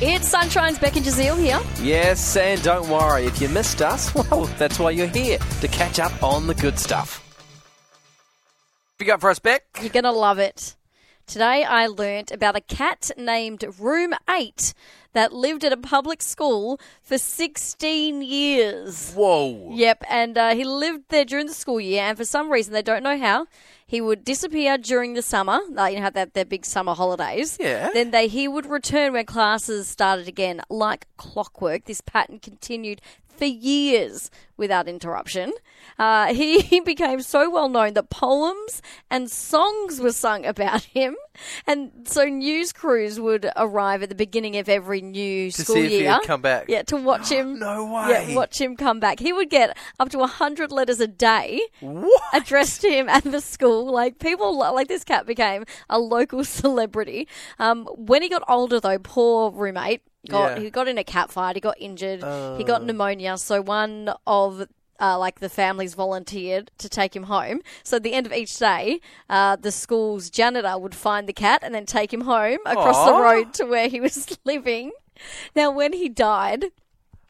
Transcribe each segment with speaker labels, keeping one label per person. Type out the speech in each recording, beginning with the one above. Speaker 1: It's Sunshine's Beck and Jazeel here.
Speaker 2: Yes, and don't worry, if you missed us, well, that's why you're here, to catch up on the good stuff. What you got for us, Beck?
Speaker 1: You're going to love it. Today I learnt about a cat named Room 8 that lived at a public school for 16 years.
Speaker 2: Whoa.
Speaker 1: Yep, and uh, he lived there during the school year, and for some reason they don't know how, he would disappear during the summer. Like, you know, have that their big summer holidays.
Speaker 2: Yeah.
Speaker 1: Then they he would return when classes started again, like clockwork. This pattern continued for years without interruption. Uh, he, he became so well known that poems and songs were sung about him, and so news crews would arrive at the beginning of every new
Speaker 2: To
Speaker 1: school
Speaker 2: see if
Speaker 1: year.
Speaker 2: he'd come back.
Speaker 1: Yeah, to watch him.
Speaker 2: No way.
Speaker 1: Yeah, watch him come back. He would get up to 100 letters a day
Speaker 2: What?
Speaker 1: addressed to him at the school. Like, people, lo- like this cat became a local celebrity. Um, when he got older, though, poor roommate. Got,
Speaker 2: Yeah. Oh.
Speaker 1: He got in a cat fight. He got injured. he got pneumonia. So one of uh, like the families volunteered to take him home. So at the end of each day, uh, the school's janitor would find the cat and then take him home across the
Speaker 2: Aw.
Speaker 1: road to where he was living. Now, when he died,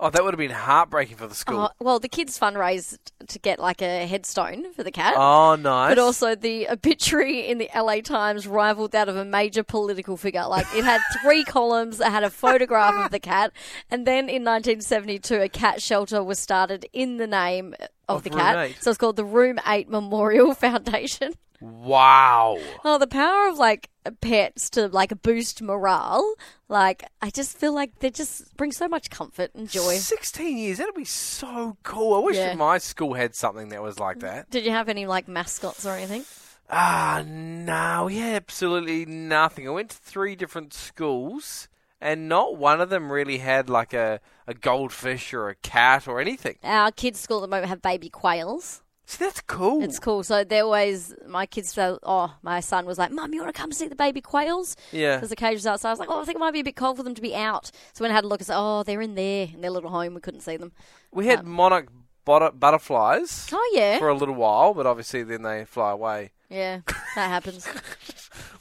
Speaker 2: Oh, that would have been heartbreaking for the
Speaker 1: Oh,
Speaker 2: school.
Speaker 1: well, the kids fundraised to get like a headstone for the cat.
Speaker 2: Oh, nice.
Speaker 1: But also, the obituary in the LA Times rivaled that of a major political figure. Like, it had three columns, it had a photograph of the cat, and then in 1972, a cat shelter was started in the name of,
Speaker 2: Of
Speaker 1: the
Speaker 2: Room
Speaker 1: cat.
Speaker 2: Eight.
Speaker 1: So it's called the Room 8 Memorial Foundation.
Speaker 2: Wow.
Speaker 1: Oh, the power of like pets to like boost morale. Like, I just feel like they just bring so much comfort and joy.
Speaker 2: 16 years, that'd be so cool. I wish
Speaker 1: Yeah. Mm.
Speaker 2: my school had something that was like that.
Speaker 1: Did you have any like mascots or anything?
Speaker 2: Ah, no, we had absolutely nothing. I went to three different schools, and not one of them really had like a, a goldfish or a cat or anything.
Speaker 1: Our kids' school at the moment have baby quails.
Speaker 2: See, that's cool.
Speaker 1: It's cool. So they always, my kids, felt, oh, my son was like, Mum, you want to come see the baby quails?
Speaker 2: Yeah.
Speaker 1: Because the cage was outside. I was like, oh, I think it might be a bit cold for them to be out. So when I had a look, I said, oh, they're in there in their little home. We couldn't see them.
Speaker 2: We had monarch bot- butterflies
Speaker 1: Oh, yeah.
Speaker 2: for a little while, but obviously then they fly away.
Speaker 1: yeah, that happens.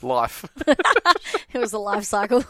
Speaker 2: Life.
Speaker 1: it was a life cycle.